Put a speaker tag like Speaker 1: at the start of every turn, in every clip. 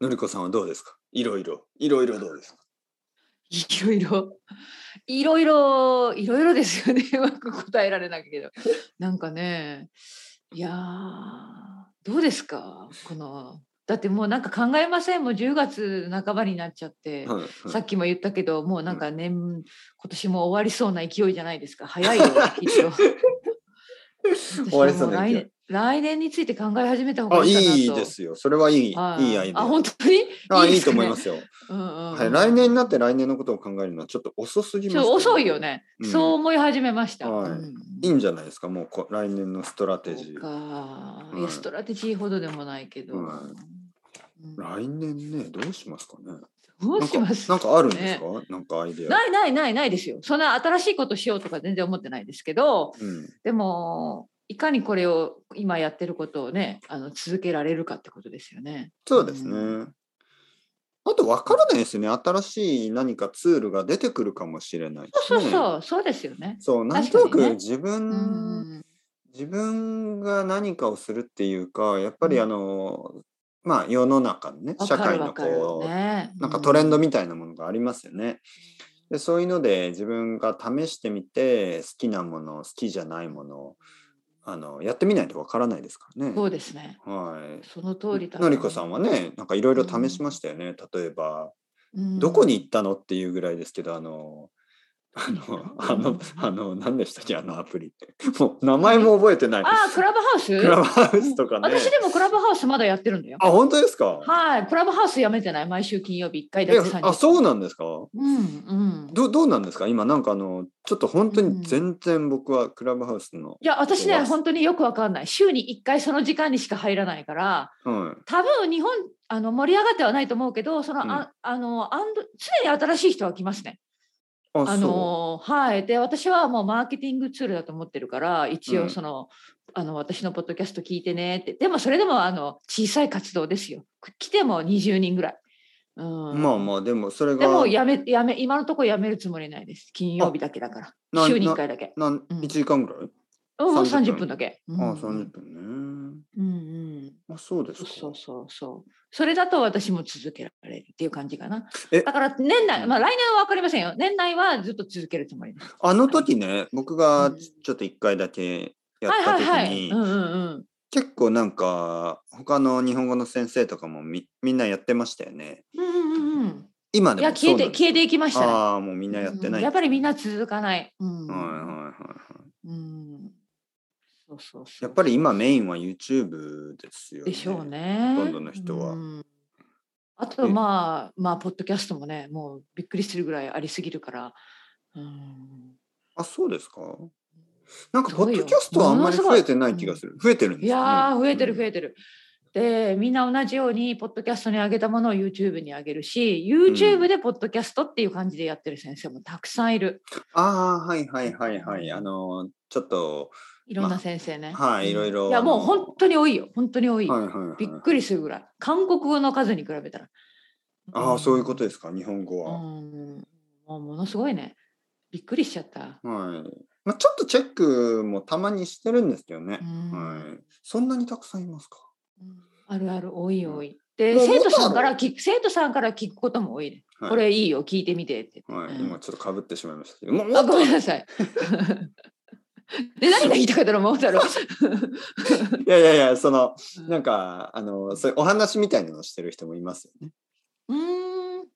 Speaker 1: のりこさんはどうですかいろいろいろいろどうですか
Speaker 2: いろいろ、いろいろ、いろいろですよね。 うまく答えられないけど。なんかね、いやー、どうですかこの、だってもうなんか考えません。もう10月半ばになっちゃって、
Speaker 1: はいはい
Speaker 2: さっきも言ったけど、もうなんか年、今年も終わりそうな勢いじゃないですか。早いよ、きっと。
Speaker 1: 終わりそうな勢い
Speaker 2: 私はも来年来年について考え始めた方
Speaker 1: あ
Speaker 2: がいいかなと。
Speaker 1: いいですよそれはいいいいア
Speaker 2: は
Speaker 1: イ
Speaker 2: い。
Speaker 1: デア
Speaker 2: あ、本当に。
Speaker 1: あいいと思いますすよ
Speaker 2: うんうんうん
Speaker 1: はい、来年になって来年のことを考えるのはちょっと遅すぎます
Speaker 2: ちょ
Speaker 1: ね、
Speaker 2: っと遅いよね、
Speaker 1: うん
Speaker 2: そう思い始めました。
Speaker 1: はい
Speaker 2: うん
Speaker 1: いいんじゃないですかもうこ来年のストラテジ
Speaker 2: そう
Speaker 1: ー
Speaker 2: か、
Speaker 1: うん
Speaker 2: いやストラテジーほどでもないけど、
Speaker 1: は
Speaker 2: うん
Speaker 1: 来年ねどうしますかね
Speaker 2: どうします
Speaker 1: なんかなんかあるんですか、なんかアイデア
Speaker 2: ないないないないですよそんな新しいことしようとか全然思ってないですけど
Speaker 1: うん、
Speaker 2: でもいかにこれを今やってることをねあの続けられるかってことですよね。
Speaker 1: そうですね、
Speaker 2: うん
Speaker 1: あと分からないですよね新しい何かツールが出てくるかもしれない
Speaker 2: そうそう
Speaker 1: ね
Speaker 2: そう、そうですよね。
Speaker 1: そうなんとな
Speaker 2: 確かに
Speaker 1: く
Speaker 2: ね
Speaker 1: 自分、
Speaker 2: うん
Speaker 1: 自分が何かをするっていうかやっぱり
Speaker 2: うん
Speaker 1: あの、まあ世の中のね
Speaker 2: わ
Speaker 1: 社
Speaker 2: か
Speaker 1: 会
Speaker 2: る
Speaker 1: の
Speaker 2: わかる
Speaker 1: こう
Speaker 2: ね
Speaker 1: なんかトレンドみたいなものがありますよね。でそういうので自分が試してみて好きなもの好きじゃないものあのやってみないとわからないですからね。
Speaker 2: そうですね。
Speaker 1: は
Speaker 2: その通り
Speaker 1: い、
Speaker 2: だ。
Speaker 1: のりこさんはねなんかいろいろ試しましたよね、例えば、
Speaker 2: うん
Speaker 1: どこに行ったのっていうぐらいですけどあのあ
Speaker 2: う
Speaker 1: の
Speaker 2: ん
Speaker 1: あのあの何でしたっけあのアプリもう名前も覚えてない
Speaker 2: あークラブハウス
Speaker 1: クラブハウスとかね
Speaker 2: 私でもクラブハウスまだやってるんだよ。
Speaker 1: あ本当ですか
Speaker 2: はい、クラブハウスやめてない、毎週金曜日1回だ
Speaker 1: え
Speaker 2: け30
Speaker 1: あそう
Speaker 2: う
Speaker 1: なんですか
Speaker 2: うんうん。
Speaker 1: どどうなんですか今なんかあのちょっと本当に全然僕はクラブハウスの、
Speaker 2: いや、私
Speaker 1: そう
Speaker 2: ね、
Speaker 1: です
Speaker 2: 本当によくわかんない。週に1回その時間にしか入らないから、
Speaker 1: うん、
Speaker 2: 多分日本、あの盛り上がってはないと思うけど、その、ああのアンド常に新しい人は来ますね。
Speaker 1: あ
Speaker 2: あのはい。で、私はもうマーケティングツールだと思ってるから、一
Speaker 1: うん
Speaker 2: 応その、あの私のポッドキャスト聞いてねって。でもそれでもあの小さい活動ですよ。来ても20人ぐらい。う、
Speaker 1: そうんまあまあでもそれが
Speaker 2: でもやめやめ今のところやめるつもりないです。金曜日だけだか
Speaker 1: な
Speaker 2: ら。週に
Speaker 1: な
Speaker 2: 1回だけ。
Speaker 1: なん
Speaker 2: うん
Speaker 1: 1時間ぐらい、
Speaker 2: うん、もう
Speaker 1: 30
Speaker 2: 30
Speaker 1: 分
Speaker 2: 分だけ。
Speaker 1: あ
Speaker 2: う
Speaker 1: あ
Speaker 2: ん
Speaker 1: 30分ね
Speaker 2: うんうん。
Speaker 1: あそうです
Speaker 2: そ
Speaker 1: か
Speaker 2: うそうそうそう。それだと私も続けられるっていう感じかな。
Speaker 1: え
Speaker 2: だから年内、まあ来年は分かりませんよ。年内はずっと続けるつもりです。
Speaker 1: あの時ね僕が
Speaker 2: うん
Speaker 1: ちょっと1回だけやっ
Speaker 2: はい
Speaker 1: た
Speaker 2: は
Speaker 1: 時
Speaker 2: い
Speaker 1: に、
Speaker 2: はい。うんうんうん。
Speaker 1: 結構なんか他の日本語の先生とかもみみんなやってましたよね
Speaker 2: うんうんうん
Speaker 1: 今
Speaker 2: うん。
Speaker 1: で
Speaker 2: い
Speaker 1: も
Speaker 2: や、消えて、消えて
Speaker 1: い
Speaker 2: いきましたね。
Speaker 1: ああもうみんなやってない、
Speaker 2: うんやっぱりみんな続かない。うん。
Speaker 1: はいはいはいはい
Speaker 2: うん。そうそうそう。
Speaker 1: やっぱり今メインは YouTube ですよね。
Speaker 2: でしょうね。
Speaker 1: ほとんどの人は
Speaker 2: うんあと
Speaker 1: え
Speaker 2: まあまあポッドキャストもねもうびっくりするぐらいありすぎるから。うん
Speaker 1: あ、そうですか。なんか
Speaker 2: す
Speaker 1: ポ
Speaker 2: ご
Speaker 1: ッ
Speaker 2: いよ
Speaker 1: ドキャストはあんまり
Speaker 2: ものすご
Speaker 1: 増
Speaker 2: い
Speaker 1: えてない気がする。増えてるんで
Speaker 2: い
Speaker 1: すか、ね。
Speaker 2: やー増えてる増
Speaker 1: え
Speaker 2: えてる。でみんな同じようにポッドキャストに上げたものを YouTube に上げるし YouTube でポッドキャストっていう感じでやってる先生もたくさんいる
Speaker 1: ああ、はいはいはいはい。あのーちょっと、
Speaker 2: いろんな先生ね。
Speaker 1: まあはい
Speaker 2: うん
Speaker 1: いろいろ
Speaker 2: いやもう本当に多いよ本当に多い。
Speaker 1: はいはい、はい。
Speaker 2: びっくりするぐらい韓国語の数に比べたら。
Speaker 1: ああ、そういうこと
Speaker 2: で
Speaker 1: ですか、日本語
Speaker 2: う
Speaker 1: は。
Speaker 2: んもうものすごいねびっくりしちゃった。
Speaker 1: はい。まあ、ちょっとチェックもたまにしてるんですけどね
Speaker 2: う。ん
Speaker 1: はい。そんなにたくさんいますか
Speaker 2: うんあるある多い
Speaker 1: うん
Speaker 2: 多い。で
Speaker 1: もう
Speaker 2: 生徒さん
Speaker 1: もっとあ
Speaker 2: か
Speaker 1: る
Speaker 2: ら聞く生徒さんから聞くことも多いね。
Speaker 1: はい
Speaker 2: これいいよ聞いてみてって言っ
Speaker 1: は
Speaker 2: て。
Speaker 1: い、
Speaker 2: うん
Speaker 1: 今ちょっとかぶってしまいましたけど。もう
Speaker 2: あごめんなさい。で何が言いたかったの桃 太郎。
Speaker 1: いやいやいや、その、なん
Speaker 2: か。
Speaker 1: か、あのーそういうお話みたいなのをしてる人もいますよね。
Speaker 2: うーん。
Speaker 1: はい、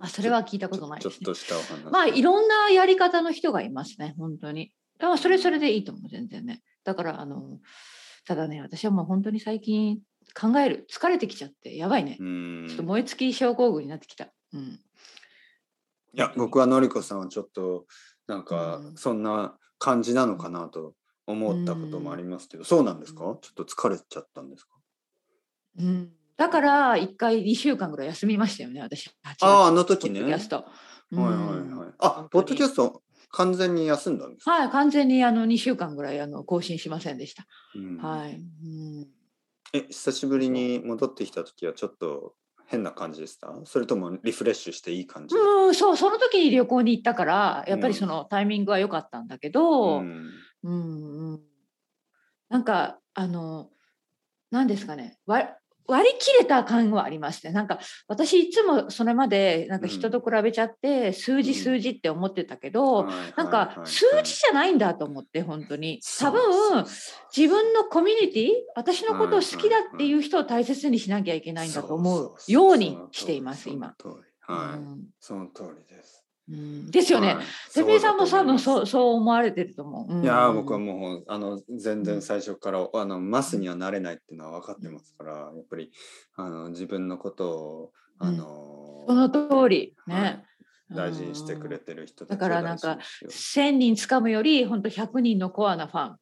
Speaker 2: あそれは聞いたことない
Speaker 1: ちょ
Speaker 2: で
Speaker 1: っ
Speaker 2: す
Speaker 1: と
Speaker 2: ね。
Speaker 1: したお話。
Speaker 2: まあいろんなやり方の人がいますね本当に。だからそれそれでいいと思う全然ね。だからあのただね私はもう本当に最近考える疲れてきちゃってやばいね。
Speaker 1: うーん
Speaker 2: ちょっと燃え尽き症候群になってきた。うん。
Speaker 1: いや僕はのりこさんはちょっとなんか
Speaker 2: うん
Speaker 1: そんな感じなのかなと思ったこともありますけど、そうなんですかちょっと疲れちゃったんですか
Speaker 2: うん。だから一回2週間ぐらい休みましたよね私。
Speaker 1: ああ
Speaker 2: あ
Speaker 1: あの
Speaker 2: ポ
Speaker 1: 時
Speaker 2: ッ
Speaker 1: ね
Speaker 2: ドキャスト。うん
Speaker 1: はいはいはいあ
Speaker 2: 本当
Speaker 1: ポ
Speaker 2: に
Speaker 1: ッドキャスト完全に休んだんですか、
Speaker 2: はい、完全にあの2週間ぐらいあの更新しませんでした。
Speaker 1: うん
Speaker 2: はい。うん、
Speaker 1: え久しぶりに戻ってきた時はちょっと変な感じでしたそれともリフレッシュしていい感じ、
Speaker 2: うん、そう、その時に旅行に行ったから、やっぱり
Speaker 1: うん
Speaker 2: そのタイミングは良かったんだけど、
Speaker 1: う
Speaker 2: う
Speaker 1: ん
Speaker 2: ん、うんなんか、あの、なんですかね、わ割り切れた感はありますね。なんか私いつもそれまでなんか人と比べちゃって数字
Speaker 1: うん
Speaker 2: 数字って思ってたけど、なんか数字じゃないんだと思って本当に多分自分のコミュニティ私のことを好きだっていう人を大切にしなきゃいけないんだと思うようにしています今。
Speaker 1: そうそうそうそうの通り
Speaker 2: ん
Speaker 1: その通りはい、その通りです。
Speaker 2: うんですよね。
Speaker 1: はい。
Speaker 2: てめえさんも多分
Speaker 1: そだと思いま
Speaker 2: そううそう思われてると思う。うん
Speaker 1: す。いやー僕はもうあの全然最初からあのマスにはなれないっていうのは分かってますからやっぱりあの自分のことをあの、
Speaker 2: その通り
Speaker 1: はい
Speaker 2: ね。
Speaker 1: 大事にしてくれてる人たち
Speaker 2: だからなんか
Speaker 1: を大事にしよ
Speaker 2: 1000人掴むより本当100人のコアなファン。うん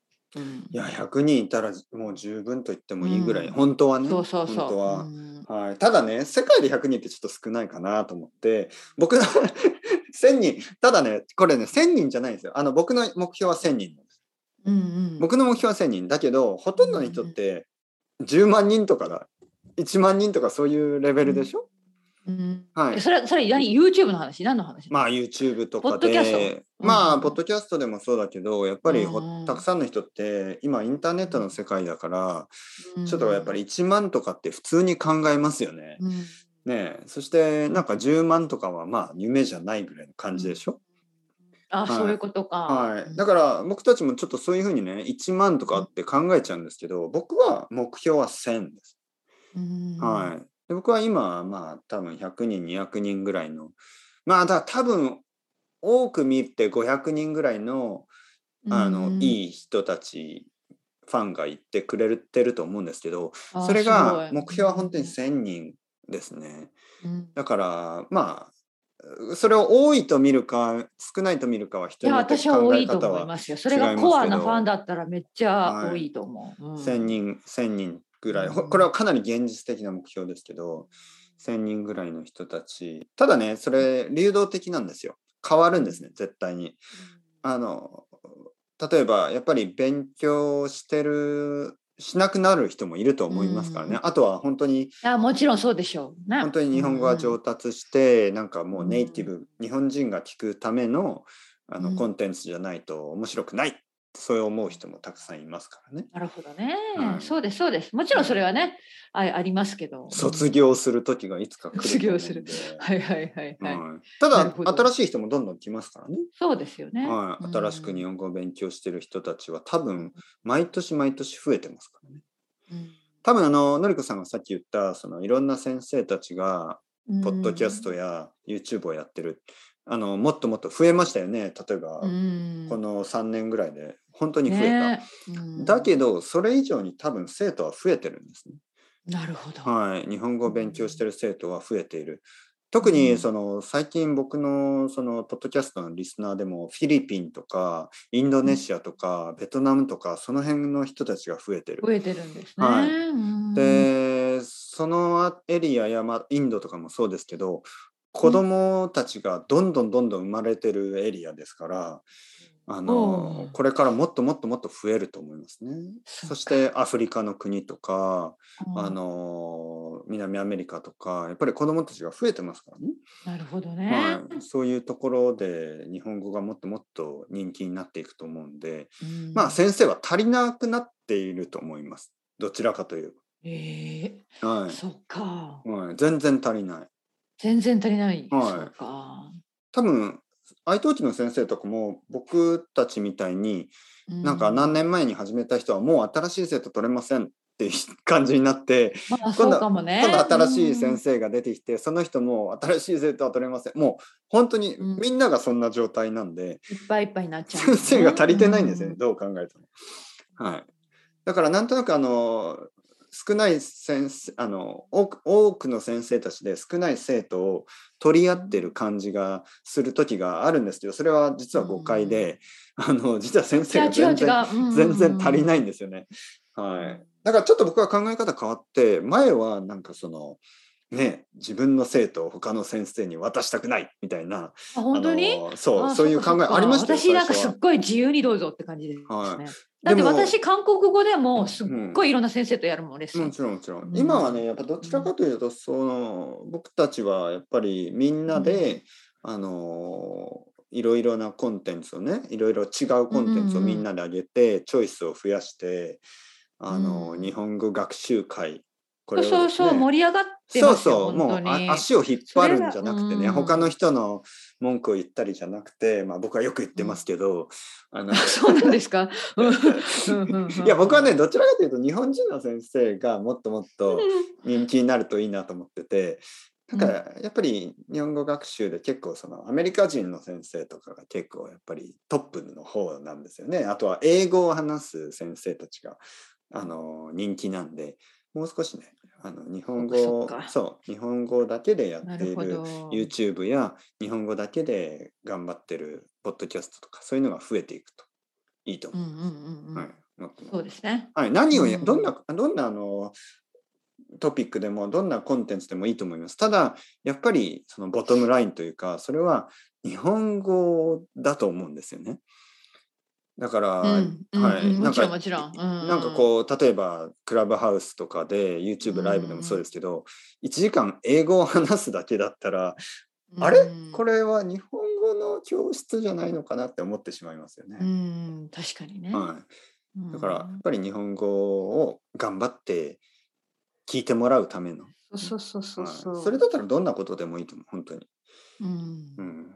Speaker 1: ういや100人いたらもう十分と言ってもいいぐらい、
Speaker 2: うん
Speaker 1: 本当はね
Speaker 2: そうそうそう。
Speaker 1: 本当は、
Speaker 2: うん
Speaker 1: はい、ただね世界で100人ってちょっと少ないかなと思って僕の 1000人ただねこれね1000人じゃないんですよあの僕の目標は1000人なんです
Speaker 2: うんうん
Speaker 1: 僕の目標は1000人だけどほとんどの人って10万人とかだ1万人とかそういうレベルでしょ、
Speaker 2: うん
Speaker 1: はい
Speaker 2: それそれ何 YouTube の話何の話
Speaker 1: まあ YouTube と
Speaker 2: ポッ
Speaker 1: か
Speaker 2: ドキャ
Speaker 1: で
Speaker 2: ス、ト
Speaker 1: ま
Speaker 2: う
Speaker 1: あ
Speaker 2: ん
Speaker 1: ポッドキャストでもそうだけどやっぱりほ
Speaker 2: うん
Speaker 1: たくさんの人って今インターネットの世界だから
Speaker 2: うん
Speaker 1: ちょっとやっぱり1万とかって普通に考えますよね。
Speaker 2: うん
Speaker 1: ねえそしてなんか10万とかはまあ夢じゃないぐらいの感じでしょ、
Speaker 2: あ、
Speaker 1: い
Speaker 2: そういうことか。
Speaker 1: はい、だ
Speaker 2: ら、
Speaker 1: から僕たちもちょっとそういうふうにね1万とかって考えちゃうんですけど僕は目標は1000です。
Speaker 2: うん
Speaker 1: はい、で僕は今まあ多分100人200人ぐらいのまあだから多分多く見て500人ぐらいのあの、
Speaker 2: うん
Speaker 1: いい人たちファンがいてくれてると思うんですけど
Speaker 2: あ
Speaker 1: それが
Speaker 2: すごい
Speaker 1: 目標は本当に1,000人ですね。
Speaker 2: うん
Speaker 1: だからまあそれを多いと見るか少ないと見るかは人
Speaker 2: い
Speaker 1: に
Speaker 2: や
Speaker 1: よって
Speaker 2: 私は多
Speaker 1: 考え
Speaker 2: いと
Speaker 1: 方
Speaker 2: 思い
Speaker 1: は
Speaker 2: ますよ。それがコアなファンだったらめっちゃ
Speaker 1: は
Speaker 2: 多
Speaker 1: い
Speaker 2: いと思う。うん
Speaker 1: 1,000人1,000人ぐらいほ
Speaker 2: うん
Speaker 1: これはかなり現実的な目標ですけど1,000人ぐらいの人たちただねそれ流動的なんですよ変わるんですね絶対に。あの例えばやっぱり勉強してるしなくなる人もいると思いますからね、
Speaker 2: うん
Speaker 1: あとは本当に
Speaker 2: いやもちろんそうでしょうね。
Speaker 1: 本当に日本語が上達して、なんかもうネイティブ、
Speaker 2: うん
Speaker 1: 日本人が聞くためのあの、
Speaker 2: うん
Speaker 1: コンテンツじゃないと面白くないってそう思う人もたくさんいますからね。
Speaker 2: なるほどね、
Speaker 1: はい
Speaker 2: そうですそうです。もちろんそれはね、あありますけど。
Speaker 1: 卒。業する時がいつか来ると思うんで
Speaker 2: 卒業はいはいはいはい。
Speaker 1: はいた
Speaker 2: なるほ
Speaker 1: だ
Speaker 2: ど
Speaker 1: 新しい人もどんどん来ますからね、
Speaker 2: そうですよね。
Speaker 1: はい、新しく日本語を勉強してる人たちは多分毎年毎年増えてますからね
Speaker 2: うん
Speaker 1: 多分あののりこさんがさっき言ったそのいろんな先生たちがポッドキャスト、や YouTube をやってる、あのもっともっと増えましたよね例えば、
Speaker 2: うん
Speaker 1: この3年ぐらいで本当に増えた、
Speaker 2: ねうん
Speaker 1: だけどそれ以上に多分生徒は増えてるんですね、
Speaker 2: なるほど。
Speaker 1: はい、日本語を勉強してる生徒は増えている特にその最近僕のそのポッドキャストのリスナーでもフィリピンとかインドネシアとかベトナムとかその辺の人たちが増えてる
Speaker 2: 増えてるんですね。
Speaker 1: はい
Speaker 2: うん
Speaker 1: でそのエリアや、まあ、インドとかもそうですけど子供たちがどんどんどんどん生まれてるエリアですからあ
Speaker 2: お
Speaker 1: の
Speaker 2: う
Speaker 1: これからもっともっともっと増えると思いますね。
Speaker 2: そ
Speaker 1: そ
Speaker 2: っか
Speaker 1: してアフリカの国とか、
Speaker 2: うん
Speaker 1: あの南アメリカとかやっぱり子どもたちが増えてますからね、
Speaker 2: なるほどね。
Speaker 1: はい、そういうところで日本語がもっともっと人気になっていくと思うんで、
Speaker 2: うん
Speaker 1: まあ先生は足りなくなっていると思いますどちらかという
Speaker 2: ええ
Speaker 1: と、は
Speaker 2: そっか
Speaker 1: い。はい、全然足りない。
Speaker 2: 全然足りない。
Speaker 1: はい
Speaker 2: そうか。
Speaker 1: 多分愛登記の先生とかも僕たちみたいになんか何
Speaker 2: 年、
Speaker 1: 年前に始めた人はもう新しい生徒取れませんっていう 感じになって
Speaker 2: まあ、
Speaker 1: 今
Speaker 2: そ
Speaker 1: 度
Speaker 2: うかもね。
Speaker 1: 今度新しい先
Speaker 2: 生。
Speaker 1: 生が出てきてその人も新しい生徒は取れませんもう本当に
Speaker 2: うん
Speaker 1: みんながそんな状態なんで
Speaker 2: いっぱいいっぱいになっちゃう、
Speaker 1: 先生が足りてないんですよね
Speaker 2: う。
Speaker 1: どう考えても。はい、だからなんとなくあの少ない先生あの多く多くの先生たちで少ない生徒を取り合ってる感じがする時があるんですけどそれは実は誤解で、あの実は先
Speaker 2: い
Speaker 1: 生
Speaker 2: や
Speaker 1: が全
Speaker 2: 違う
Speaker 1: 然
Speaker 2: 違う。うん。
Speaker 1: 全然足りないいんですよね。はい、だからちょっと僕は考え方変わって前はなんかそのね自分の生徒を他の先生に渡したくないみたいな
Speaker 2: あ本当
Speaker 1: あ
Speaker 2: に
Speaker 1: のそう
Speaker 2: あ
Speaker 1: そういう考
Speaker 2: っ
Speaker 1: え
Speaker 2: かそっか
Speaker 1: ありましたよ
Speaker 2: 私なんか
Speaker 1: 最初
Speaker 2: す
Speaker 1: は
Speaker 2: っごい自由にどうぞって感じですね。
Speaker 1: は
Speaker 2: だって
Speaker 1: でも
Speaker 2: 私韓国語でもすっごいいろんな先生とやるもんレッスン。
Speaker 1: もちろんもちろん、
Speaker 2: うん
Speaker 1: 今はねやっぱどちらかというとその僕たちはやっぱりみんなで、あのいろいろなコンテンツをねいろいろ違うコンテンツをみんなで上げて、チョイスを増やしてあの、
Speaker 2: うん
Speaker 1: 日本語学習会これを、ね、
Speaker 2: そうそう、盛り上がって
Speaker 1: そう
Speaker 2: ますよ
Speaker 1: そうもう
Speaker 2: 本当に
Speaker 1: あ足を引っ張るんじゃなくて
Speaker 2: それ
Speaker 1: ね、
Speaker 2: がうん
Speaker 1: 他の人の文句を言ったりじゃなくて、まあ、僕はよく言ってますけど、あの
Speaker 2: そうなんですか。
Speaker 1: いや僕はねどちらかというと日本人の先生がもっともっと人気になるといいなと思っててだからやっぱり日本語学習で結構そのアメリカ人の先生とかが結構やっぱりトップの方なんですよねあとは英語を話す先生たちがあの人気なんでもう少しねあの日本語
Speaker 2: そ
Speaker 1: を
Speaker 2: っか
Speaker 1: そう日本語だけでや
Speaker 2: な
Speaker 1: ってい
Speaker 2: るほ
Speaker 1: る
Speaker 2: ど。
Speaker 1: YouTube や日本語だけで頑張ってるポッドキャストとかそういうのが増えていくといいと
Speaker 2: う
Speaker 1: 思う。
Speaker 2: んうんうんうん。
Speaker 1: はい、思ってます
Speaker 2: そうですね。
Speaker 1: はい、何をや、
Speaker 2: うん
Speaker 1: どんなどんなあのトピックでもどんなコンテンツでもいいと思います。ただやっぱりそのボトムラインというかそれは日本語だと思うんですよね。だから、
Speaker 2: うんうん
Speaker 1: は
Speaker 2: う
Speaker 1: い、
Speaker 2: ん
Speaker 1: な
Speaker 2: も
Speaker 1: ん
Speaker 2: ちろ
Speaker 1: か
Speaker 2: んもちろん。
Speaker 1: な
Speaker 2: なん
Speaker 1: かこう例えばクラブハウスとかで YouTube ライブでもそうですけど、1時間英語を話すだけだったら、
Speaker 2: うん、
Speaker 1: あれこ
Speaker 2: れ。
Speaker 1: れは日本語の教室じゃないのかなって思ってしまいますよ
Speaker 2: う
Speaker 1: ね。
Speaker 2: ん、確かにね。
Speaker 1: はいだからや
Speaker 2: う
Speaker 1: っ
Speaker 2: ん
Speaker 1: ぱり日本語を頑張って聞いてもらうための、
Speaker 2: そうそうそう
Speaker 1: はい
Speaker 2: そう。
Speaker 1: それだったらどんなことでもいいと思う本当に、
Speaker 2: うん
Speaker 1: う。ん、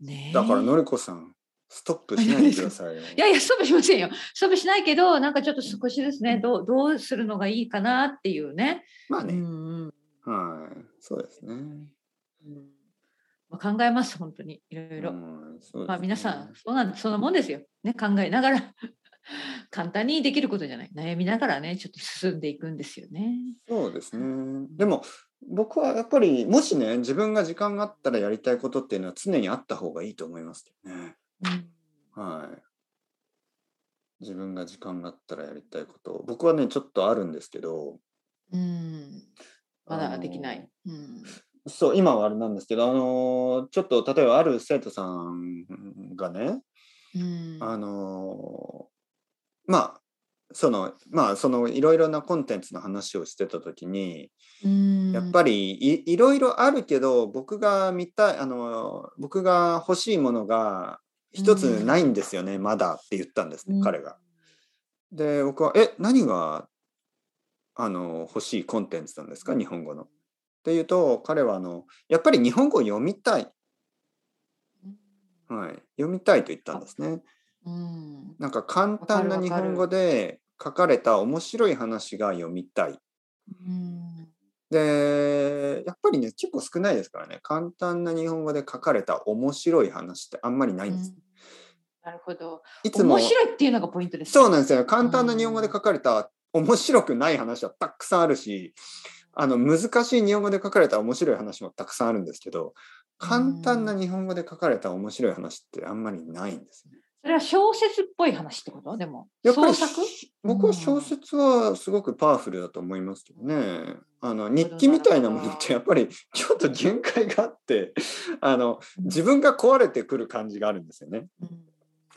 Speaker 2: ねえ
Speaker 1: だからのりこさんストップしないでくださいよ
Speaker 2: いやいや、ストップしませんよ。ストップしないけど、なんかちょっと少しですね、どうどうするのがいいかなっていうね。
Speaker 1: まあ
Speaker 2: う
Speaker 1: ね、
Speaker 2: んうん
Speaker 1: はいそうですね
Speaker 2: うんまあ、考えます、本当に。いろいろ。
Speaker 1: うんそうですね
Speaker 2: まあ、皆さん、そうなん、そんなもんですよ。ね、考えながら。 簡単にできることじゃない。悩みながらね、ちょっと進んでいくんですよね。
Speaker 1: そうですねでも僕はやっぱりもしね自分が時間があったらやりたいことっていうのは常にあった方がいいと思いますよね
Speaker 2: うん
Speaker 1: はい。自分が時間があったらやりたいこと。僕はね、ちょっとあるんですけど。
Speaker 2: うん、ま
Speaker 1: あ
Speaker 2: だ
Speaker 1: の
Speaker 2: できない。うん、
Speaker 1: そう、今はあれなんですけど、あのーちょっと例えばある生徒さんがね、
Speaker 2: うん、
Speaker 1: あのーまあ、そのまあそのいろいろなコンテンツの話をしてた時にやっぱりいいろいろあるけど僕が見たいあのー僕が欲しいものが一つないんですよね、まだって言ったんですね、
Speaker 2: うん
Speaker 1: 彼が。で僕は「え何があの欲しいコンテンツなんですか日本語の」っていうと彼はあのやっぱり日本語を読みたい、はい、読みたいと言ったんですね。
Speaker 2: り、うん、
Speaker 1: なんか簡単な
Speaker 2: わかる
Speaker 1: 日
Speaker 2: わかる
Speaker 1: 本語で書かれた面白い話が読みたい。
Speaker 2: うん、
Speaker 1: でやっぱりね結構少ないですからね簡単な日本語で書かれた面白い話ってあんまりないんです。
Speaker 2: うんなるほど。
Speaker 1: いつも
Speaker 2: 面白いっていうのがポイントです、
Speaker 1: そうなんですよ簡単な日本語で書かれた面白くない話はたくさんあるしあの難しい日本語で書かれた面白い話もたくさんあるんですけど簡単な日本語で書かれた面白い話ってあんまりないんですね。
Speaker 2: それは小説っぽい話ってことでも。
Speaker 1: やっぱ
Speaker 2: 創
Speaker 1: り
Speaker 2: 作
Speaker 1: 僕は小説はすごくパワフルだと思いますけどね。あの日記みたいなものってやっぱり ちょっと限界があって あの自分が壊れてくる感じがあるんですよね。
Speaker 2: うん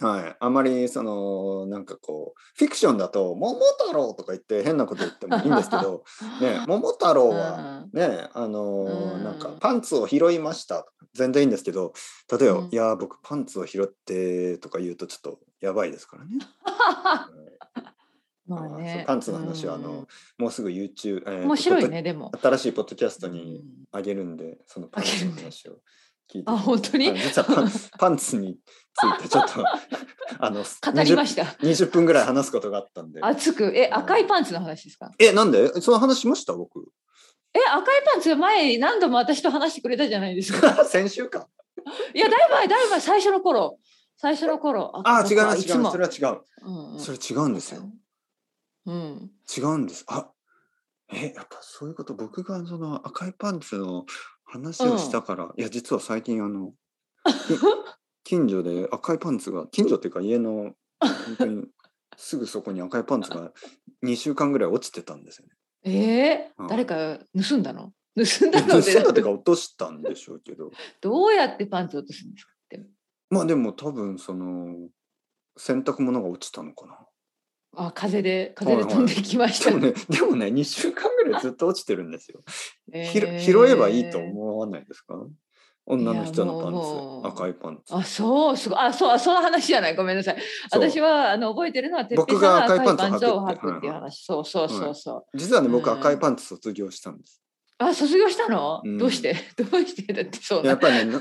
Speaker 1: はい、あまりそのなんかこうフィクションだと「桃太郎」とか言って変なこと言ってもいいんですけ ど「ね、桃太郎は、ねあのー
Speaker 2: うん
Speaker 1: なんかパンツを拾いました」全然いいんですけど例えば「
Speaker 2: うん
Speaker 1: いやー僕パンツを拾って」とか言うとちょっとやばいですからね。
Speaker 2: うんまあ
Speaker 1: そう
Speaker 2: ね、
Speaker 1: パンツの話はあのもうすぐ YouTube、えー
Speaker 2: う
Speaker 1: と
Speaker 2: ん面白いね、でも
Speaker 1: ポッ。ド新しいポッドキャスト
Speaker 2: う
Speaker 1: に
Speaker 2: ん
Speaker 1: あげるんでそのパンツの話を聞いて
Speaker 2: あ本当に
Speaker 1: はい実はパ ンパンツについてちょっとあの
Speaker 2: 語りました。
Speaker 1: 20分ぐらい話すことがあったんで。
Speaker 2: 熱く。え、
Speaker 1: うん
Speaker 2: 赤いパンツの話ですか
Speaker 1: え、なんでその話しました僕。
Speaker 2: え、赤いパンツ前に何度も私と話してくれたじゃな いですか。
Speaker 1: 先週か。
Speaker 2: いや、だいぶ前、だいぶ前、最初の頃。最初の頃。
Speaker 1: あ、違います、
Speaker 2: い
Speaker 1: 違
Speaker 2: つ
Speaker 1: います。
Speaker 2: も
Speaker 1: それは違う。
Speaker 2: うんうん
Speaker 1: それ違うんですよ。
Speaker 2: うん。
Speaker 1: 違うんです。あ、え、やっぱそういうこと、僕がその赤いパンツの話をしたから、いや、実は最近あの、き近所で赤いパンツが、近所っていうか家の、本当にすぐそこに赤いパンツが2週間ぐらい落ちてたんですよね。
Speaker 2: え
Speaker 1: う
Speaker 2: ー、
Speaker 1: ん
Speaker 2: 誰か盗んだの盗んだの
Speaker 1: 盗
Speaker 2: っ
Speaker 1: ん
Speaker 2: て
Speaker 1: だというか落としたんでしょうけど。
Speaker 2: どうやってパンツ落とすんですかって。
Speaker 1: まあでも多分その洗濯物が落ちたのかな。
Speaker 2: あ、風で、風で飛んできまし
Speaker 1: で
Speaker 2: た
Speaker 1: も。ね、でもね、2週間ぐらいずっと落ちてるんですよ。
Speaker 2: えー
Speaker 1: ひろ拾えばいいと思わないですか女の人のパ
Speaker 2: いやもうもう
Speaker 1: ンツ赤いパンツ
Speaker 2: あそうすごいあそうあその話じゃないごめんなさい
Speaker 1: そう
Speaker 2: 私はあの覚えてるのは哲
Speaker 1: 僕
Speaker 2: 平さ
Speaker 1: が
Speaker 2: んが
Speaker 1: 赤
Speaker 2: 赤
Speaker 1: い
Speaker 2: い
Speaker 1: パ
Speaker 2: パ
Speaker 1: ン
Speaker 2: ン
Speaker 1: ツ
Speaker 2: ツ
Speaker 1: を
Speaker 2: を
Speaker 1: 履
Speaker 2: 履
Speaker 1: く
Speaker 2: く
Speaker 1: っ
Speaker 2: ってていう話そうそうそうそ
Speaker 1: 実はね僕
Speaker 2: うん
Speaker 1: 赤いパンツ卒業したんです
Speaker 2: う、あ卒業したの、
Speaker 1: うん
Speaker 2: どうして どうしてだってそう
Speaker 1: や
Speaker 2: な
Speaker 1: っぱりね なや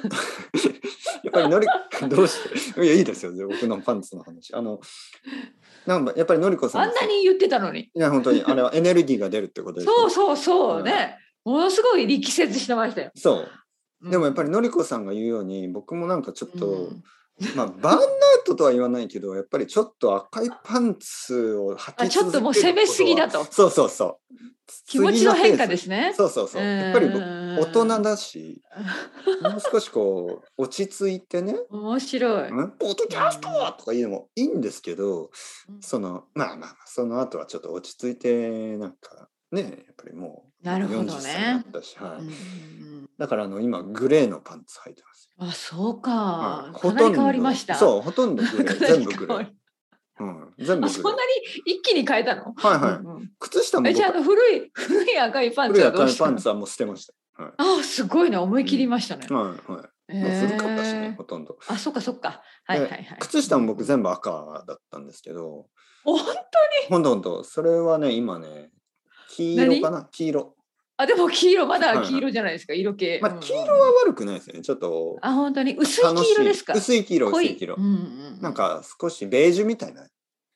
Speaker 1: っぱりのりどうしてい やいいですよ僕のパンツの話あのなんかやっぱりのりこさ
Speaker 2: あ
Speaker 1: ん
Speaker 2: ん
Speaker 1: の
Speaker 2: なに言ってたのに
Speaker 1: いや本当にあれはエネルギーが出るってことですよ
Speaker 2: そうそうそうね、ものすごい力説してましたよ、
Speaker 1: そう
Speaker 2: うん
Speaker 1: でもやっぱりのりこさんが言うように僕もなんかちょっと、
Speaker 2: うん
Speaker 1: まあバーンアウトとは言わないけどやっぱりちょっと赤いパンツを履き続け
Speaker 2: あ
Speaker 1: る
Speaker 2: ちょっともう攻めすぎだと
Speaker 1: ことはそうそうそう
Speaker 2: 気持ちの変
Speaker 1: 次
Speaker 2: 化で
Speaker 1: ペース
Speaker 2: すね
Speaker 1: そうそうそうやっぱり僕大人
Speaker 2: だ
Speaker 1: だ しもう少しこう落ち着いてね
Speaker 2: 面白い、
Speaker 1: うんポッドキャストとか言うのもいいんですけどそのまあまあその後はちょっと落ち着いてなんかねやっぱりもう
Speaker 2: なるほどね
Speaker 1: 40歳になったし、はい
Speaker 2: うんうんうん
Speaker 1: だからあの今グレーのパンツ履いてます
Speaker 2: あそうか、
Speaker 1: はい
Speaker 2: かなり変わりました
Speaker 1: そうほとんどグレー
Speaker 2: かな
Speaker 1: 全
Speaker 2: り
Speaker 1: 部グ
Speaker 2: 変
Speaker 1: レ
Speaker 2: わ
Speaker 1: ー
Speaker 2: り、
Speaker 1: うん、全部グ
Speaker 2: あそ
Speaker 1: レ
Speaker 2: んな
Speaker 1: ー
Speaker 2: に一気に変えたの、
Speaker 1: はいはい、
Speaker 2: うんうん
Speaker 1: 靴下も
Speaker 2: え
Speaker 1: 僕
Speaker 2: じゃああの古い 古い赤いパン
Speaker 1: 古
Speaker 2: ツ
Speaker 1: い
Speaker 2: はど
Speaker 1: 赤
Speaker 2: う
Speaker 1: い
Speaker 2: した
Speaker 1: パ
Speaker 2: の
Speaker 1: ンツはもう捨てましたは
Speaker 2: あすごいな思い切りましたね。
Speaker 1: いはいはい
Speaker 2: へ
Speaker 1: もう
Speaker 2: ー
Speaker 1: 古かったしねほとんど
Speaker 2: あそっかそっか。はいはいはい。
Speaker 1: 靴下も僕全部赤だったんですけどほ
Speaker 2: お
Speaker 1: んとほんとそれはね今ね黄色かな黄色
Speaker 2: あでも黄色ま
Speaker 1: はい
Speaker 2: だ
Speaker 1: はい
Speaker 2: 黄色じゃないですか、色系。
Speaker 1: まあ
Speaker 2: うん
Speaker 1: 黄色は悪くないですよねちょっと
Speaker 2: あ本当に薄い
Speaker 1: 楽し
Speaker 2: 黄
Speaker 1: い
Speaker 2: 色ですか。
Speaker 1: 薄い黄色
Speaker 2: 濃
Speaker 1: 薄
Speaker 2: い
Speaker 1: い黄色
Speaker 2: うんうん、
Speaker 1: なんか少しベージュみたいな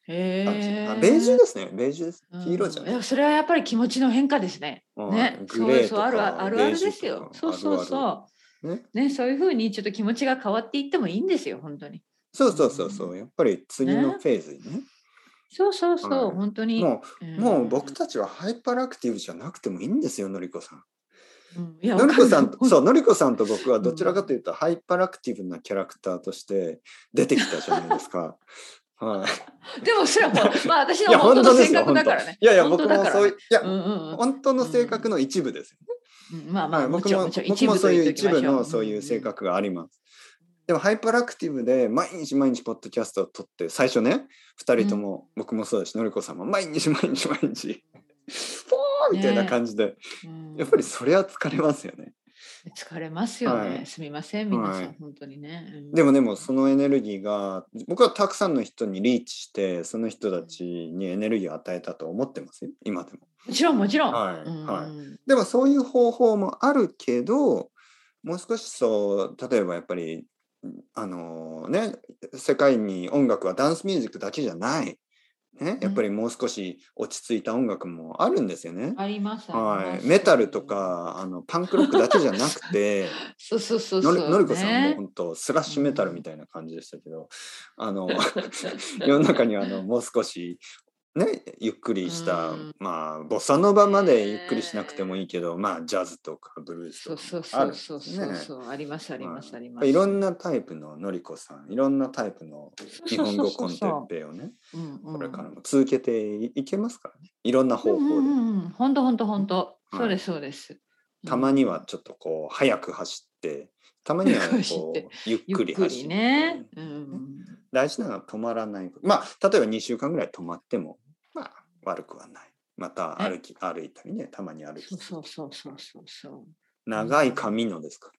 Speaker 2: へ
Speaker 1: 感じ
Speaker 2: ー
Speaker 1: あベージュですねベージュです黄色じゃ
Speaker 2: うん
Speaker 1: ない
Speaker 2: いやそれはやっぱり気持ちの変化ですね。ね、
Speaker 1: うんグ
Speaker 2: そ
Speaker 1: レ
Speaker 2: う
Speaker 1: ーと
Speaker 2: そう
Speaker 1: か
Speaker 2: あるああるあるですよ。
Speaker 1: ベージュと
Speaker 2: そ
Speaker 1: か
Speaker 2: うそう
Speaker 1: あるある
Speaker 2: そう。
Speaker 1: ね
Speaker 2: ねそういうふうにちょっと気持ちが変わっていってもいいんですよ本当に。
Speaker 1: そうそうそうそうやっぱり次の
Speaker 2: ね
Speaker 1: フェーズにね
Speaker 2: そうそうそう、
Speaker 1: はい
Speaker 2: 本当に。
Speaker 1: も
Speaker 2: う
Speaker 1: うんもう僕たちはハイパラアクティブじゃなくてもいいんですよのりこさん。
Speaker 2: うんいや
Speaker 1: のりこさ
Speaker 2: わ
Speaker 1: ん
Speaker 2: かる
Speaker 1: そうのりこさんと僕はどちらかというとハイパラアクティブなキャラクターとして出てきたじゃないです か。はい、
Speaker 2: でもそれはも う、まあ、私
Speaker 1: いや
Speaker 2: の本当の
Speaker 1: 本当です
Speaker 2: 性
Speaker 1: よ
Speaker 2: 格だからね。
Speaker 1: いやいや
Speaker 2: 本
Speaker 1: 僕
Speaker 2: 当だ
Speaker 1: も
Speaker 2: から
Speaker 1: そうい
Speaker 2: ね
Speaker 1: ういや、
Speaker 2: うんうんうん
Speaker 1: 本当の性格の一部ですよね。
Speaker 2: うんまあま
Speaker 1: は
Speaker 2: あ、
Speaker 1: い、
Speaker 2: も
Speaker 1: 僕
Speaker 2: ちろん、
Speaker 1: も
Speaker 2: もちろん、
Speaker 1: 僕もそういう一部
Speaker 2: ときましょ
Speaker 1: のそういう性。
Speaker 2: んん
Speaker 1: 格があります。でもハイパラアクティブで毎日毎日ポッドキャストを撮って最初ね2人とも、僕もそうだしのりこさんも毎日毎日毎 日ポーンみたいな感じで、
Speaker 2: うん
Speaker 1: やっぱりそれは疲れますよね。
Speaker 2: 疲れますよね。
Speaker 1: はい
Speaker 2: すみません、皆さん、
Speaker 1: はい
Speaker 2: 本当にね。うん
Speaker 1: でもでもそのエネルギーが僕はたくさんの人にリーチしてその人たちにエネルギーを与えたと思ってますよ今でも。
Speaker 2: もちろん、もちろん。
Speaker 1: はい
Speaker 2: うん
Speaker 1: はい
Speaker 2: うん
Speaker 1: でもそういう方法もあるけどもう少しそう例えばやっぱりあのね世界に音楽はダンスミュージックだけじゃない、ね、やっぱりもう少し落ち着いた音楽もあるんですよね。
Speaker 2: あります。あり
Speaker 1: は
Speaker 2: ます
Speaker 1: い、メタルと。かあのパンクロックだけじゃなくて。
Speaker 2: そうそうそうそう、
Speaker 1: のりのりこさんも
Speaker 2: ね
Speaker 1: 本当スラッシュメタルみたいな感じでしたけど、あ の世の中にはあのもう少しねゆっくりした、
Speaker 2: うん
Speaker 1: まあボサノバまでゆっくりしなくてもいいけど、まあジャズとかブルース
Speaker 2: そ
Speaker 1: と
Speaker 2: う
Speaker 1: か
Speaker 2: そ
Speaker 1: ある
Speaker 2: うそ
Speaker 1: ん
Speaker 2: う
Speaker 1: です
Speaker 2: そ
Speaker 1: ね
Speaker 2: うそうそう、あります、あります、あります。
Speaker 1: いろんなタイプののりこさんいろんなタイプの日本語コンテッペをね
Speaker 2: うんうん
Speaker 1: これからも続けていいけますからねいろんな方法で、
Speaker 2: うんうんうん本当本当本当
Speaker 1: はい
Speaker 2: そうですそうです。
Speaker 1: たまにはちょっとこう早く走ってたまには
Speaker 2: 走
Speaker 1: こ
Speaker 2: って
Speaker 1: うゆっ
Speaker 2: ゆっ
Speaker 1: くり
Speaker 2: く
Speaker 1: 走って。
Speaker 2: りね。うん。
Speaker 1: 大事なのは止まらないことまあ例えば2週間ぐらい止まってもまあ悪くはないまた歩き歩いたりねたまに歩
Speaker 2: そ
Speaker 1: き
Speaker 2: うそうそうそうそうそう。
Speaker 1: 長い髪のですか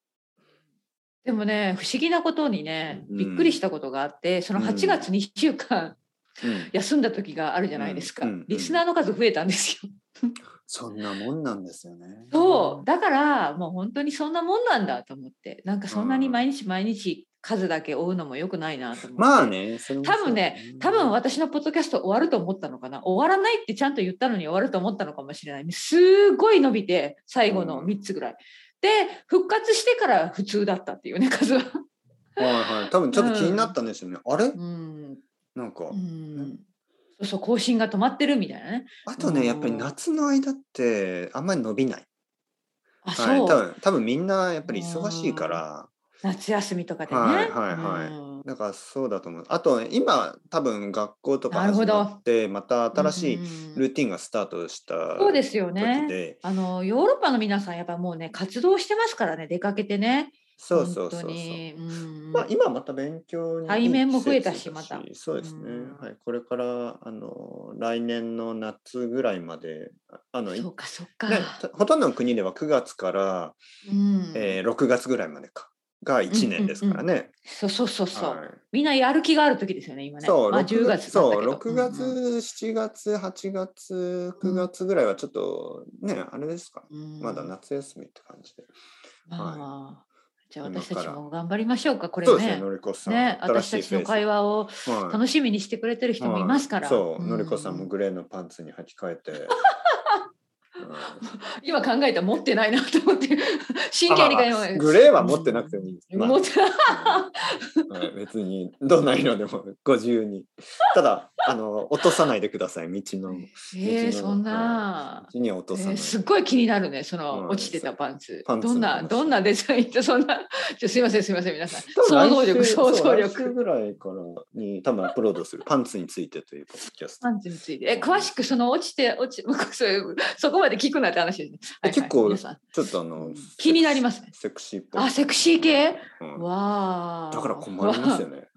Speaker 2: でもね不思議なことにね
Speaker 1: うん
Speaker 2: びっくりしたことがあって、その
Speaker 1: うん
Speaker 2: 8月2週間
Speaker 1: ら、うん
Speaker 2: 休んだ時があるじゃないですか、
Speaker 1: うんうん
Speaker 2: リスナーの数増えたんですよ。
Speaker 1: そんなもんなんですよね
Speaker 2: そうだからもう本当にそんなもんなんだと思ってなんかそんなに毎日毎日数だけ追うのも良くないなと思って。
Speaker 1: まあねそれもそう
Speaker 2: 多分ね多分私のポッドキャスト終わると思ったのかな終わらないってちゃんと言ったのに終わると思ったのかもしれないすごい伸びて最後の3つぐらい、で復活してから普通だったっていうね 数は、
Speaker 1: はいはい多分ちょっと気になったんですよね、あれ
Speaker 2: うん
Speaker 1: なんか、
Speaker 2: うん、そうそう更新が止まってるみたいなね
Speaker 1: あとねやっぱり夏の間ってあんまり伸びない、
Speaker 2: あそう、
Speaker 1: はい、多分多分みんなやっぱり忙しいから、
Speaker 2: 夏休みとかでね、
Speaker 1: はいはいはい
Speaker 2: うん
Speaker 1: だからそうだと思う。あと今多分学校とか
Speaker 2: なる
Speaker 1: 始
Speaker 2: ほど
Speaker 1: まってまた新しい
Speaker 2: うん
Speaker 1: ルーティンがスタートした
Speaker 2: そう
Speaker 1: 時
Speaker 2: ですよね
Speaker 1: で
Speaker 2: あのヨーロッパの皆さんやっぱもうね活動してますからね出かけてね
Speaker 1: そうそうそうそ
Speaker 2: 本当
Speaker 1: う。
Speaker 2: に、うん
Speaker 1: まあ今また勉強に
Speaker 2: 対面も増えたし
Speaker 1: いい季節だ
Speaker 2: また
Speaker 1: そうですね、
Speaker 2: うん
Speaker 1: はいこれからあの来年の夏ぐらいまでああのい
Speaker 2: そうかそうか、
Speaker 1: ねほとんどの国では9月から、
Speaker 2: うん
Speaker 1: えー6月ぐらいまでかが1年ですからね。
Speaker 2: そうそうそうそう、
Speaker 1: はい
Speaker 2: みんなやる気がある時ですよね今ね
Speaker 1: そう、
Speaker 2: まあ、
Speaker 1: 六
Speaker 2: 10月なんだ
Speaker 1: そ
Speaker 2: け
Speaker 1: う
Speaker 2: ど
Speaker 1: 6月、
Speaker 2: うん
Speaker 1: 7月、8月、9月ぐらいはちょっとね、あれですか、
Speaker 2: うん
Speaker 1: まだ夏休みって感じで。
Speaker 2: まあまあじゃあ
Speaker 1: 今
Speaker 2: 私たち
Speaker 1: から
Speaker 2: も頑張りましょうかこれ
Speaker 1: そうですね、
Speaker 2: ね
Speaker 1: のりこさん。
Speaker 2: ね私た
Speaker 1: 新しい
Speaker 2: ち
Speaker 1: フェ
Speaker 2: の
Speaker 1: イス
Speaker 2: 会話を
Speaker 1: はい
Speaker 2: 楽しみにしてくれてる人もいますから、
Speaker 1: はいそう、
Speaker 2: ん
Speaker 1: のりこさんもグレーのパンツに履き替え て。うん
Speaker 2: 今考えたら持ってないなと思って 真剣に考え
Speaker 1: あ
Speaker 2: ま
Speaker 1: グレーは持ってなくてもいいんです。まあ
Speaker 2: 持ってない
Speaker 1: うんはい別にどんな色でもご自由に。ただあの落とさないでください道の
Speaker 2: えー、そんな、
Speaker 1: 道には落
Speaker 2: え
Speaker 1: とさない。
Speaker 2: ーすっごい気になるねその、
Speaker 1: うん
Speaker 2: 落ちてたパンツ
Speaker 1: パンツの
Speaker 2: どんな
Speaker 1: 話
Speaker 2: どんなデザインってそんな ちょすいませんすいません皆さん
Speaker 1: 多分
Speaker 2: 想像力
Speaker 1: 来週
Speaker 2: 想像
Speaker 1: そう来週
Speaker 2: 力
Speaker 1: ぐらいからに多分アップロードするパンツについてというポッドキャスト
Speaker 2: パ。ンツについてえ詳しくその落ちて落ち そういうそこまで聞くなって話ですね、はいはい
Speaker 1: 結構
Speaker 2: 皆さん
Speaker 1: ちょっとあの
Speaker 2: 気になりますね
Speaker 1: セクシーっぽい。
Speaker 2: あセクシー系
Speaker 1: うん
Speaker 2: わあ
Speaker 1: だから困りますよ
Speaker 2: ね
Speaker 1: ね。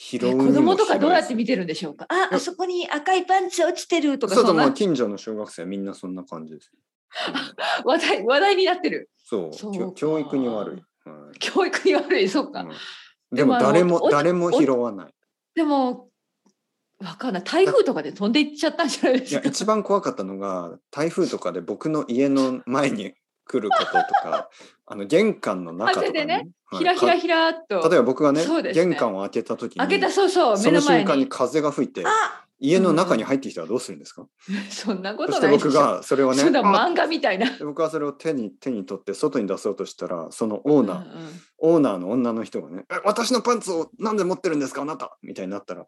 Speaker 1: 拾
Speaker 2: 子
Speaker 1: うにも
Speaker 2: 供とかどうやって
Speaker 1: 広い
Speaker 2: 見てるんでしょうかああそこに赤いパンツ落ちてるとか
Speaker 1: そう
Speaker 2: そ
Speaker 1: と
Speaker 2: ん
Speaker 1: もう
Speaker 2: な
Speaker 1: 近所の小学生みんなそんな感じです。
Speaker 2: 話題話題になってる
Speaker 1: そう
Speaker 2: そう
Speaker 1: きょ
Speaker 2: か
Speaker 1: 教育に悪い。は
Speaker 2: 教育に悪いそうか、
Speaker 1: いうん
Speaker 2: で
Speaker 1: で
Speaker 2: も
Speaker 1: も誰
Speaker 2: あのお
Speaker 1: も誰も拾わない。
Speaker 2: でも、わかんない。台風とかで飛んでいっちゃったんじゃないで
Speaker 1: い
Speaker 2: す
Speaker 1: や
Speaker 2: か。
Speaker 1: 一番怖かったのが台風とかで僕の家の前に来ることと かあの玄関の中とか
Speaker 2: 風で
Speaker 1: ね
Speaker 2: ね
Speaker 1: はい
Speaker 2: ひらひら
Speaker 1: か
Speaker 2: ひらっと。
Speaker 1: 例えば僕がね
Speaker 2: そうですね
Speaker 1: 玄関を開けた時に
Speaker 2: 開けた、そうそう、
Speaker 1: そ
Speaker 2: 目
Speaker 1: の
Speaker 2: の前
Speaker 1: 瞬間
Speaker 2: に
Speaker 1: に。風が吹いて
Speaker 2: あ
Speaker 1: 家の中に入ってきたらどうするんですか、
Speaker 2: そんな
Speaker 1: そ
Speaker 2: こと
Speaker 1: して
Speaker 2: ないでしょ。
Speaker 1: 僕がそれをね
Speaker 2: そんな
Speaker 1: あ
Speaker 2: 漫画みたいな。
Speaker 1: で僕はそれを手に手に取って外に出そうとしたらそのオーナー、
Speaker 2: うんうん
Speaker 1: オーナーの女の人がね「え私のパンツをなんで持ってるんですかあなた」みたいになったら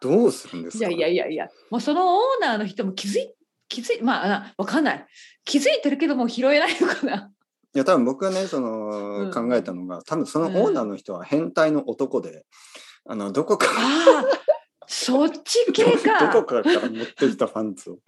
Speaker 1: どうするんです
Speaker 2: い
Speaker 1: か
Speaker 2: やいやいやいや、もうそのオーナーの人も気づい、気づい、まああ、わかんない。気づいてるけどもう拾えないのかな。
Speaker 1: いや多分僕がねそ
Speaker 2: うん
Speaker 1: の考えたのが、多分そのオーナーの人は変態の男で、あのどこか
Speaker 2: ああ、そっち系
Speaker 1: ど
Speaker 2: か
Speaker 1: こ。かから持ってきたパンツを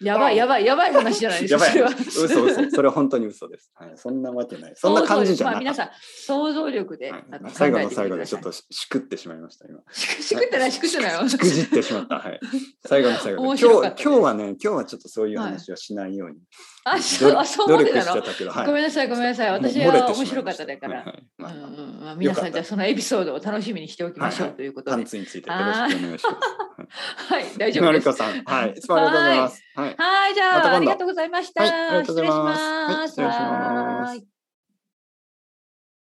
Speaker 2: やばいやばいやばい話じゃないです
Speaker 1: や
Speaker 2: か。
Speaker 1: ばい
Speaker 2: それは。
Speaker 1: 嘘嘘それは本当に嘘です、はい、そんなわけないそんな感じじゃ
Speaker 2: まあ
Speaker 1: な
Speaker 2: 皆
Speaker 1: い、
Speaker 2: さん想像力で、
Speaker 1: はい
Speaker 2: あの
Speaker 1: 最後
Speaker 2: 考え
Speaker 1: の
Speaker 2: てみ
Speaker 1: 最後
Speaker 2: てくだ
Speaker 1: でち
Speaker 2: さ
Speaker 1: ょ
Speaker 2: い
Speaker 1: っとししくってしまいました今
Speaker 2: しくしくってないしくってないよ。
Speaker 1: しくじってしまったはい最後の最後
Speaker 2: 面
Speaker 1: で今
Speaker 2: 白
Speaker 1: 日
Speaker 2: かったです
Speaker 1: 今日はね今日はちょっとそういう話はしないように、
Speaker 2: あ、そう、あ、そう
Speaker 1: 努
Speaker 2: ま
Speaker 1: 力
Speaker 2: で
Speaker 1: して
Speaker 2: なの。
Speaker 1: たけど、はい、
Speaker 2: ごめんなさい、ごめんなさい、
Speaker 1: もう
Speaker 2: 私
Speaker 1: 漏れ
Speaker 2: は
Speaker 1: てしまいました
Speaker 2: 面白かっただか
Speaker 1: はいは
Speaker 2: ら。
Speaker 1: い
Speaker 2: うん
Speaker 1: まあ
Speaker 2: うんまあ、皆さん、じゃ、あそのエピソードを楽しみにしておきましょう
Speaker 1: はい
Speaker 2: ということ
Speaker 1: パン
Speaker 2: で。
Speaker 1: ツについてよろしくお願いします。
Speaker 2: はい、大丈
Speaker 1: の
Speaker 2: 夫
Speaker 1: り
Speaker 2: です
Speaker 1: こ。さん、はい、いつもありがとうございます。はい。
Speaker 2: はい、じゃ
Speaker 1: また今
Speaker 2: あ、
Speaker 1: 度
Speaker 2: ありがとうございまし
Speaker 1: はいあ
Speaker 2: た。
Speaker 1: りがと
Speaker 2: 失
Speaker 1: うござ
Speaker 2: 礼
Speaker 1: い
Speaker 2: し
Speaker 1: ます
Speaker 2: ます。
Speaker 1: はい失礼します
Speaker 2: はーい